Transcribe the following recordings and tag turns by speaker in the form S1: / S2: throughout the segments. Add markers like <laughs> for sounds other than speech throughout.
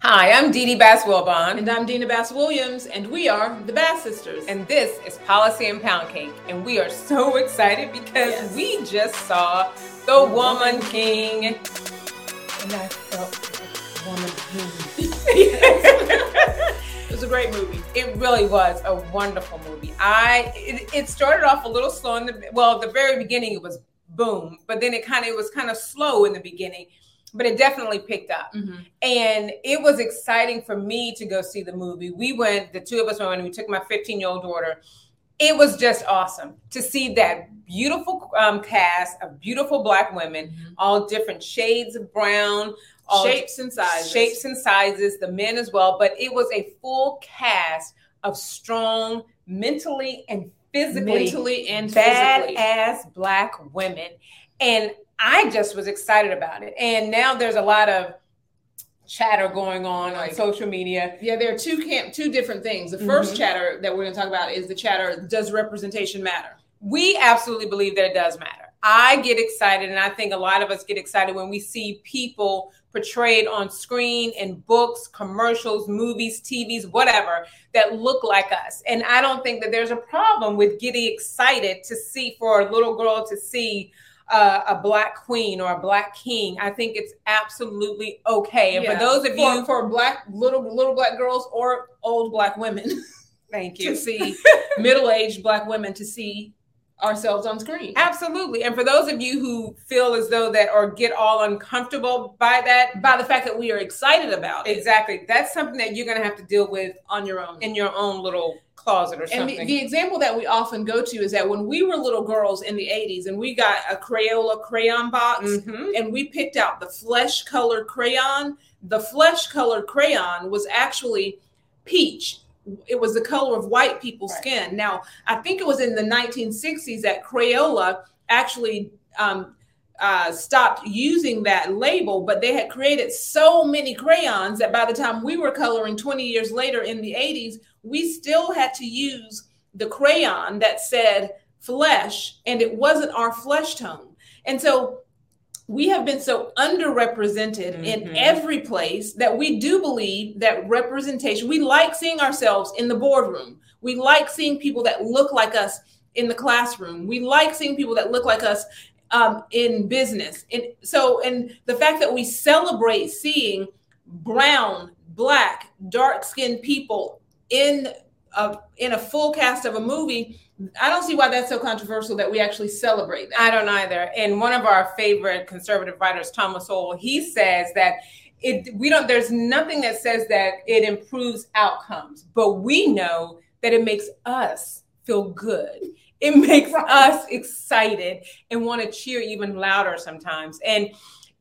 S1: Hi, I'm Dee Dee Bass Wilbon,
S2: And I'm Dina Bass Williams, and we are the Bass Sisters.
S1: and this is Policy and Pound Cake. And we are so <laughs> excited because
S2: Yes.
S1: we just saw The Woman King. And I felt Woman King.
S2: it was a great movie.
S1: It really was a wonderful movie. I it, it started off a little slow in the well, the very beginning it was boom, but then it kind of it was kind of slow in the beginning, but it definitely picked up. and it was exciting for me to go see the movie. We went, the two of us went, and we took my 15 year old daughter. It was just awesome to see that beautiful um, cast of beautiful black women, all different shades of brown, all
S2: Mm-hmm. Shapes and sizes.
S1: shapes and sizes, the men as well. But it was a full cast of strong, mentally and physically
S2: mentally and physically.
S1: badass black women. And I just was excited about it. And now there's a lot of chatter going on on
S2: Right.
S1: social media.
S2: yeah, there are two camp, two different things. The 1st
S1: Mhm.
S2: chatter that we're going to talk about is the chatter: Does representation matter?
S1: We absolutely believe that it does matter. I get excited, and I think a lot of us get excited when we see people portrayed on screen in books, commercials, movies, TVs, whatever, that look like us. And I don't think that there's a problem with getting excited to see for a little girl to see uh, a black queen or a black king. I think it's absolutely okay. And
S2: Yeah.
S1: for those of
S2: for,
S1: you,
S2: for black little little black girls or old black women <laughs>
S1: thank
S2: to see middle aged black women to see ourselves on screen.
S1: Absolutely. And for those of you who feel as though that or get all uncomfortable by that,
S2: By the fact that we are excited about it
S1: Exactly. That's something that you're going to have to deal with
S2: on your own.
S1: in your own little closet or
S2: And
S1: something.
S2: the, the example that we often go to is that when we were little girls in the 80s and we got a Crayola crayon box
S1: Mhm.
S2: and we picked out the flesh colored crayon, the flesh colored crayon was actually peach. It was the color of white people's
S1: Right.
S2: skin. Now, I think it was in the 1960s that Crayola actually um, uh, stopped using that label, but they had created so many crayons that by the time we were coloring 20 years later in the 80s, we still had to use the crayon that said flesh, and it wasn't our flesh tone. And so we have been so underrepresented
S1: Mhm.
S2: in every place that we do believe that representation, we like seeing ourselves in the boardroom. We like seeing people that look like us in the classroom. We like seeing people that look like us um, in business. And so, and the fact that we celebrate seeing brown, black, dark skinned people in a, in a full cast of a movie, I don't see why that's so controversial that we actually celebrate that.
S1: I don't either. And one of our favorite conservative writers, Thomas Sowell, he says that it we don't there's nothing that says that it improves outcomes, but we know that it makes us feel good. It makes
S2: Right.
S1: us excited and want to cheer even louder sometimes. And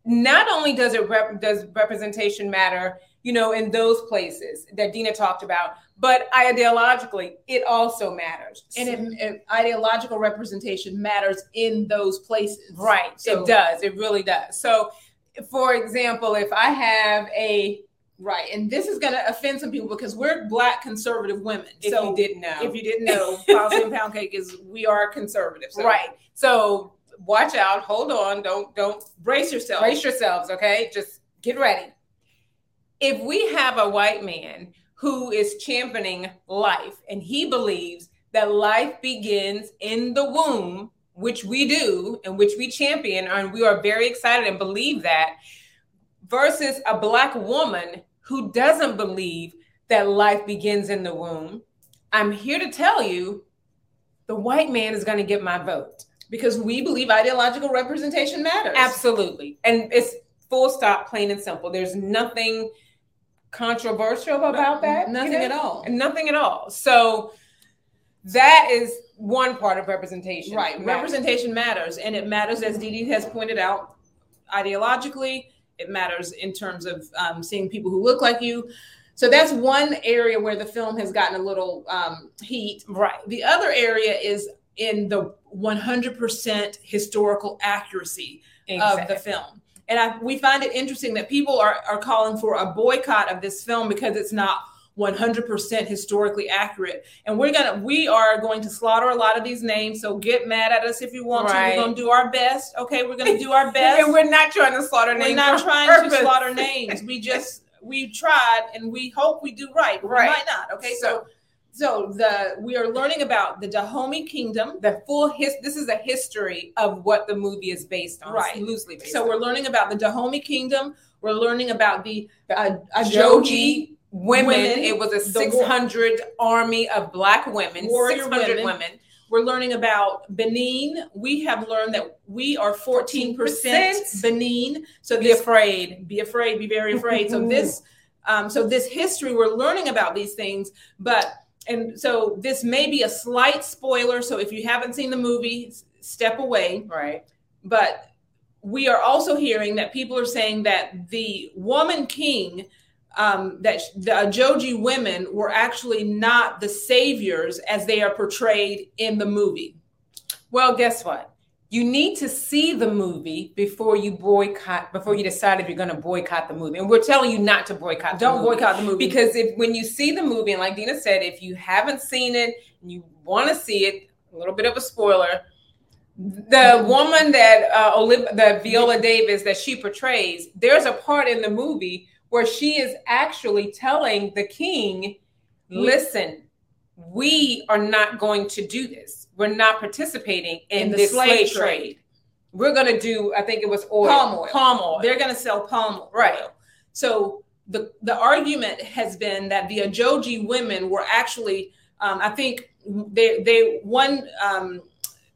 S1: not only does it rep, does representation matter, you know, in those places that Dina talked about, but ideologically, it also matters.
S2: and it, it- ideological representation matters in those places.
S1: Right.
S2: So-
S1: it does. It really does. So, for example, if I have a,
S2: Right. And this is going to offend some people because we're black conservative women.
S1: if
S2: so
S1: you didn't know,
S2: if you didn't know, Policy and Pound Cake is we are conservative. So
S1: right. So watch out. Hold on. Don't don't
S2: Brace yourself.
S1: brace yourselves. Okay, just get ready. If we have a white man who is championing life and he believes that life begins in the womb, which we do and which we champion, and we are very excited and believe that, versus a black woman who doesn't believe that life begins in the womb, I'm here to tell you the white man is going to get my vote.
S2: Because we believe ideological representation matters.
S1: Absolutely. And it's full stop, plain and simple. There's nothing controversial about that. you
S2: Nothing
S1: know?
S2: at all.
S1: Nothing at all. So that is one part of representation.
S2: Right. Representation matters. And it matters, as Dee Dee has pointed out, ideologically. It matters in terms of um, seeing people who look like you. So that's one area where the film has gotten a little um, heat.
S1: Right.
S2: The other area is in the 100% historical accuracy of
S1: Exactly.
S2: the film. And I, we find it interesting that people are, are calling for a boycott of this film because it's not 100% historically accurate. And we're going to, we are going to slaughter a lot of these names. So get mad at us if you want
S1: Right.
S2: to. We're going to do
S1: <laughs>
S2: our best. Okay. We're going to do our best.
S1: And we're not trying to slaughter
S2: We're
S1: names.
S2: not
S1: on
S2: trying
S1: purpose. <laughs>
S2: to slaughter names. We just we tried and we hope we do right. But
S1: Right.
S2: We might not. Okay. So, so the we are learning about the Dahomey Kingdom.
S1: the full his this is a history of what the movie is based on. It's
S2: Right.
S1: loosely based
S2: So
S1: on.
S2: we're learning about the Dahomey Kingdom. We're learning about the uh, Ajoji
S1: Joji women.
S2: women,
S1: It was a
S2: the war-
S1: 600 army of black women,
S2: Warrior
S1: 600 women.
S2: women. We're learning about Benin. We have learned that we are 14%
S1: 14%.
S2: Benin. So
S1: Be
S2: this
S1: afraid.
S2: be afraid, be very
S1: <laughs>
S2: afraid. So this um, so this history we're learning about these things, but and so this may be a slight spoiler. So if you haven't seen the movie, s- step away.
S1: Right.
S2: But we are also hearing that people are saying that the woman king, um, that sh- the Ajoji women were actually not the saviors as they are portrayed in the movie.
S1: Well, guess what? You need to see the movie before you boycott, before you decide if you're going to boycott the movie. And we're telling you not to boycott. the
S2: Don't
S1: movie.
S2: boycott the movie
S1: because if when you see the movie, and like Dina said, if you haven't seen it and you want to see it, a little bit of a spoiler. The woman that uh, Oliv- the Viola Davis that she portrays, there's a part in the movie where she is actually telling the king, "Listen, we are not going to do this. We're not participating in,
S2: In the
S1: this slave,
S2: slave
S1: trade. We're going to do. I think it was oil,
S2: Palm oil.
S1: palm oil.
S2: they're going to sell palm oil.
S1: Right.
S2: So the the argument has been that the Ajoji women were actually, um, I think they they one um,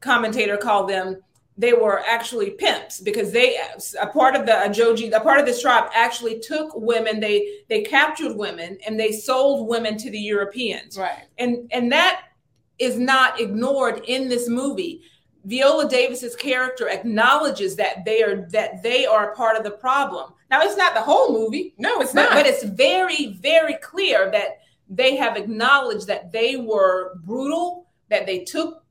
S2: commentator called them they were actually pimps because they a part of the Ajoji, a part of this tribe actually took women. They they captured women and they sold women to the Europeans
S1: right.
S2: and and that is not ignored in this movie viola davis's character acknowledges that they are that they are a part of the problem now it's not the whole movie
S1: No, it's
S2: but,
S1: not.
S2: but it's very very clear that they have acknowledged that they were brutal that they took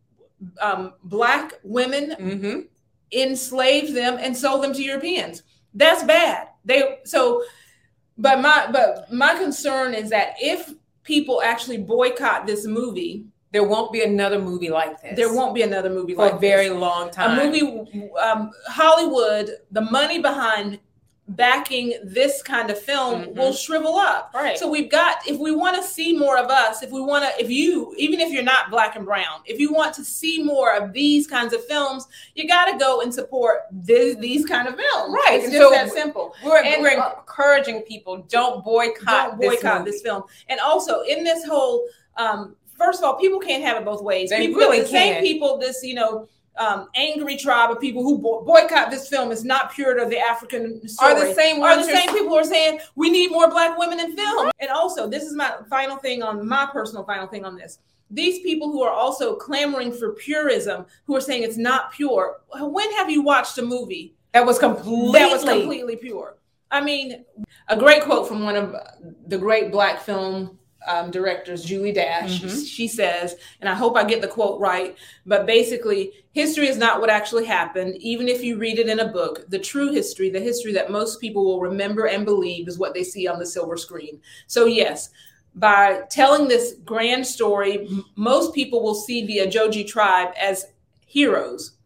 S2: um, black women
S1: mm-hmm.
S2: enslaved them and sold them to Europeans. That's bad. They so but my but my concern is that if people actually boycott this movie,
S1: there won't be another movie like this.
S2: there won't be another movie
S1: for
S2: like
S1: a very
S2: this.
S1: long time.
S2: a movie um, Hollywood, the money behind backing this kind of film
S1: Mhm.
S2: will shrivel up.
S1: right?
S2: So we've got if we want to see more of us, if we want to if you even if you're not black and brown, if you want to see more of these kinds of films, you got to go and support this, these kind of films.
S1: Right.
S2: It's
S1: So-
S2: just that simple.
S1: we're,
S2: and-
S1: we're encouraging people uh, don't boycott.
S2: Don't boycott
S1: this.
S2: this, film. And also in this whole um first of all, people can't have it both ways.
S1: They
S2: people
S1: really
S2: the same
S1: can't.
S2: people this, you know, um, angry tribe of people who bo- boycott this film is not pure to the African
S1: Movie.
S2: story
S1: Are the same
S2: are the
S1: ones who-
S2: same people who are saying we need more black women in film. And also, this is my final thing on my personal final thing on this. These people who are also clamoring for purism, who are saying it's not pure. When have you watched a movie
S1: that was completely
S2: that was completely pure. I mean, a great quote from one of the great black film um, directors, Julie Dash.
S1: Mhm.
S2: She says, and I hope I get the quote right, but basically, history is not what actually happened. Even if you read it in a book, the true history, the history that most people will remember and believe, is what they see on the silver screen. So, yes. By telling this grand story, m- most people will see the Ajoji tribe as heroes,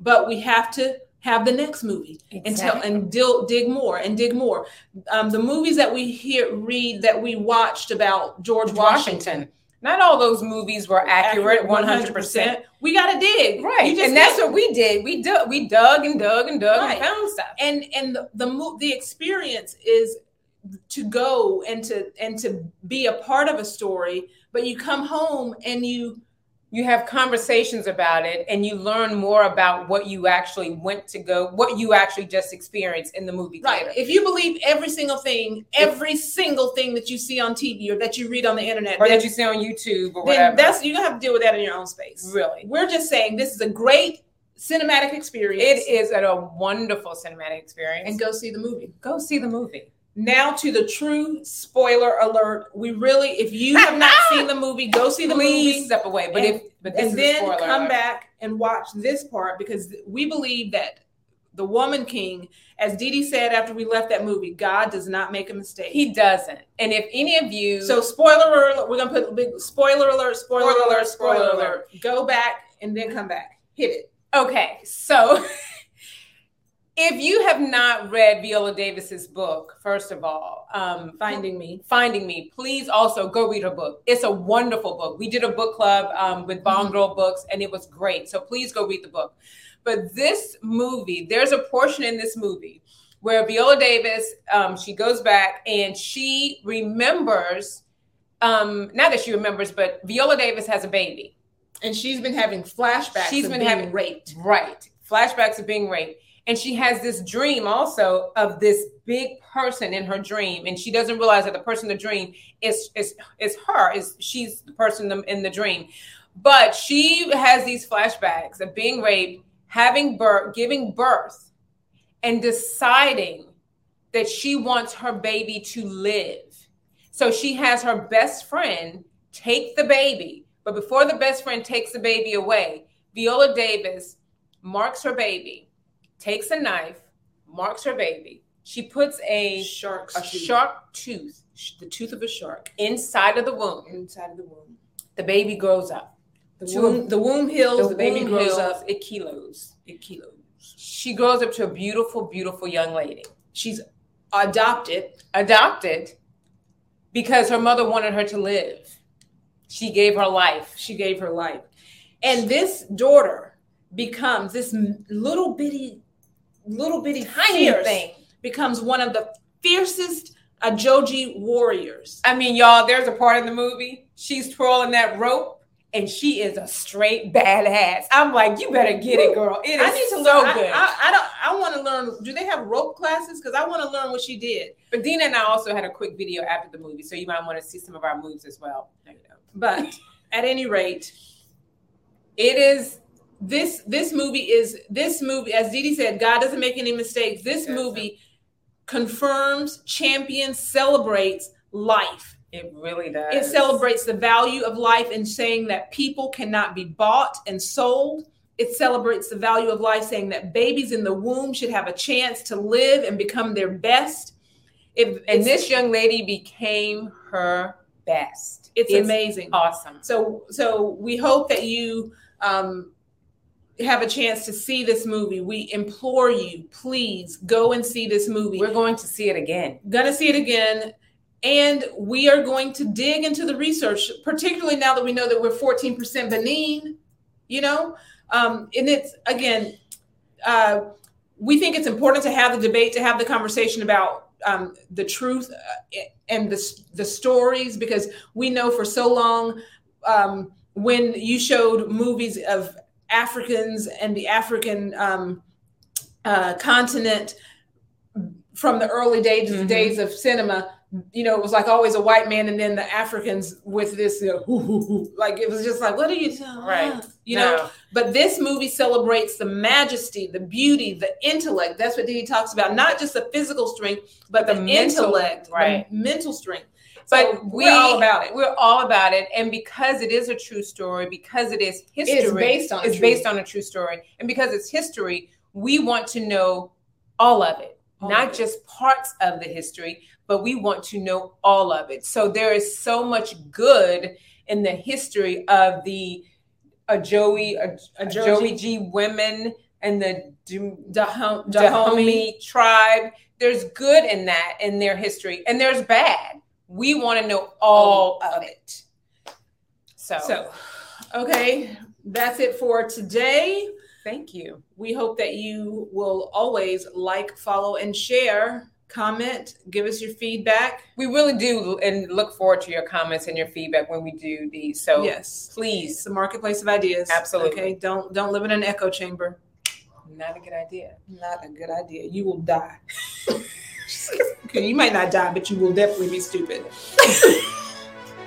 S2: but we have to have the next movie and tell and dil, dig more and dig more. Um, the movies that we hear read that we watched about George Washington,
S1: Washington. Not all those movies were accurate, one hundred
S2: 100%,
S1: percent.
S2: We gotta dig,
S1: Right,
S2: You just
S1: and that's
S2: can't-
S1: what we did. We dug, we dug and dug and dug
S2: Right.
S1: and found stuff.
S2: and and the the, mo- the experience is to go and to and to be a part of a story, but you come home and you
S1: you have conversations about it and you learn more about what you actually went to go what you actually just experienced in the movie
S2: right.
S1: theater.
S2: If you believe every single thing, every single thing that you see on TV or that you read on the internet,
S1: or
S2: then,
S1: that you see on youtube or
S2: then
S1: whatever
S2: that's you're gonna have to deal with that in your own space.
S1: really
S2: We're just saying this is a great cinematic experience.
S1: It is a wonderful cinematic experience.
S2: and go see the movie.
S1: go see the movie.
S2: Now to the true spoiler alert. We really, if you
S1: <laughs>
S2: have not seen the movie, go see the
S1: Please
S2: movie
S1: step away. But if but this is
S2: and
S1: a
S2: then
S1: spoiler
S2: come
S1: alert.
S2: back and watch this part because we believe that the woman king, as Dee Dee said after we left that movie, God does not make a mistake.
S1: He doesn't. And if any of you
S2: so spoiler alert, we're gonna put big spoiler alert, spoiler,
S1: Spoiler
S2: alert,
S1: alert,
S2: spoiler,
S1: spoiler
S2: alert. Go back and then come back. Hit it.
S1: okay, so <laughs> If you have not read Viola Davis's book, first of all, um,
S2: Finding Me.
S1: Finding Me, please also go read her book. It's a wonderful book. We did a book club um, with Bond Girl Books, and it was great. So please go read the book. But this movie, there's a portion in this movie where Viola Davis, um, she goes back and she remembers. Um, not that she remembers, but Viola Davis has a baby.
S2: And she's been having flashbacks.
S1: She's
S2: of
S1: been
S2: being
S1: having-
S2: raped.
S1: Right. Flashbacks of being raped. And she has this dream also of this big person in her dream. And she doesn't realize that the person in the dream is is is her, is she's the person in the- in the dream. But she has these flashbacks of being raped, having birth, giving birth, and deciding that she wants her baby to live. So she has her best friend take the baby. But before the best friend takes the baby away, Viola Davis marks her baby, takes a knife, marks her baby. She puts a,
S2: shark.
S1: a shark tooth
S2: The tooth of a shark
S1: inside of the womb.
S2: inside of the womb.
S1: The baby grows up.
S2: The
S1: Two-
S2: womb, the womb heals. The, baby
S1: womb
S2: grows
S1: heals,
S2: up.
S1: It kilos.
S2: It kilos.
S1: She grows up to a beautiful, beautiful young lady.
S2: She's adopted.
S1: Adopted because her mother wanted her to live. She gave her life.
S2: She gave her life, and this daughter becomes this m- little bitty, little bitty
S1: Tiny
S2: fierce,
S1: thing.
S2: becomes one of the fiercest Ajoji warriors.
S1: I mean, y'all, there's a part in the movie. She's twirling that rope and she is a straight badass. I'm like, you better get it, girl. It is
S2: I need
S1: so
S2: to learn. I-
S1: good.
S2: I, I don't. I want to learn. Do they have rope classes? Because I want to learn what she did.
S1: but Dina and I also had a quick video after the movie, so you might want to see some of our moves as well. <laughs>
S2: But at any rate, it is this this movie is this movie as Didi said, God doesn't make any mistakes. This
S1: Doesn't.
S2: movie confirms, champions, celebrates life.
S1: It really does.
S2: It celebrates the value of life and saying that people cannot be bought and sold. It celebrates the value of life, saying that babies in the womb should have a chance to live and become their best. It,
S1: And this young lady became her best.
S2: it's, amazing.
S1: awesome.
S2: So so we hope that you um, have a chance to see this movie. We implore you, please go and see this movie.
S1: We're going to see it again.
S2: gonna see it again. And we are going to dig into the research, particularly now that we know that we're 14% Benin, you know? Um, and it's, again, uh, we think it's important to have the debate, to have the conversation about um, the truth uh, and the, s- the stories, because we know for so long um, when you showed movies of Africans and the African um, uh, continent from the early days,
S1: Mhm.
S2: days of cinema, you know, it was like always a white man and then the Africans with this, you know, hoo, hoo, hoo. like it was just like, what are you doing?
S1: Right.
S2: You know,
S1: No.
S2: but this movie celebrates the majesty, the beauty, the intellect. That's what Didi talks about. Not just the physical strength, but the,
S1: The mental,
S2: intellect,
S1: right.
S2: the mental strength.
S1: but
S2: So
S1: we,
S2: we're all about it.
S1: We're all about it, and because it is a true story, because it is history,
S2: It's based on a
S1: it's
S2: true-
S1: based on a true story, and because it's history, we want to know all of it,
S2: All
S1: not
S2: of it.
S1: just parts of the history, but we want to know all of it. So there is so much good in the history of the Ajoe Aj-
S2: Ajoji.
S1: Ajoe G women and the Dum-
S2: Dahom- Dahomey.
S1: Dahomey tribe. There's good in that in their history, and there's bad. We want to know all of it. Oh. So,
S2: So, okay, that's it for today.
S1: thank you.
S2: We hope that you will always like, follow, and share, comment, give us your feedback.
S1: We really do, and look forward to your comments and your feedback when we do these. So
S2: yes, it's
S1: please,
S2: the marketplace of ideas.
S1: Absolutely.
S2: Okay, don't don't live in an echo chamber.
S1: not a good idea.
S2: Not a good idea. You will
S1: <laughs>
S2: die. okay, you might not die, but you will definitely be stupid.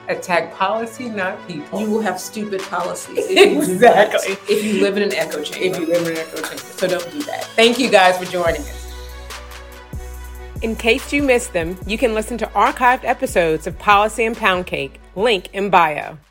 S1: Attack policy, not people.
S2: You will have stupid policies.
S1: <laughs> Exactly.
S2: If you live in an echo
S1: if
S2: chamber.
S1: you live in an echo chamber. So don't do that. Thank you guys for joining us. In case you missed them, you can listen to archived episodes of Policy and Pound Cake. Link in bio.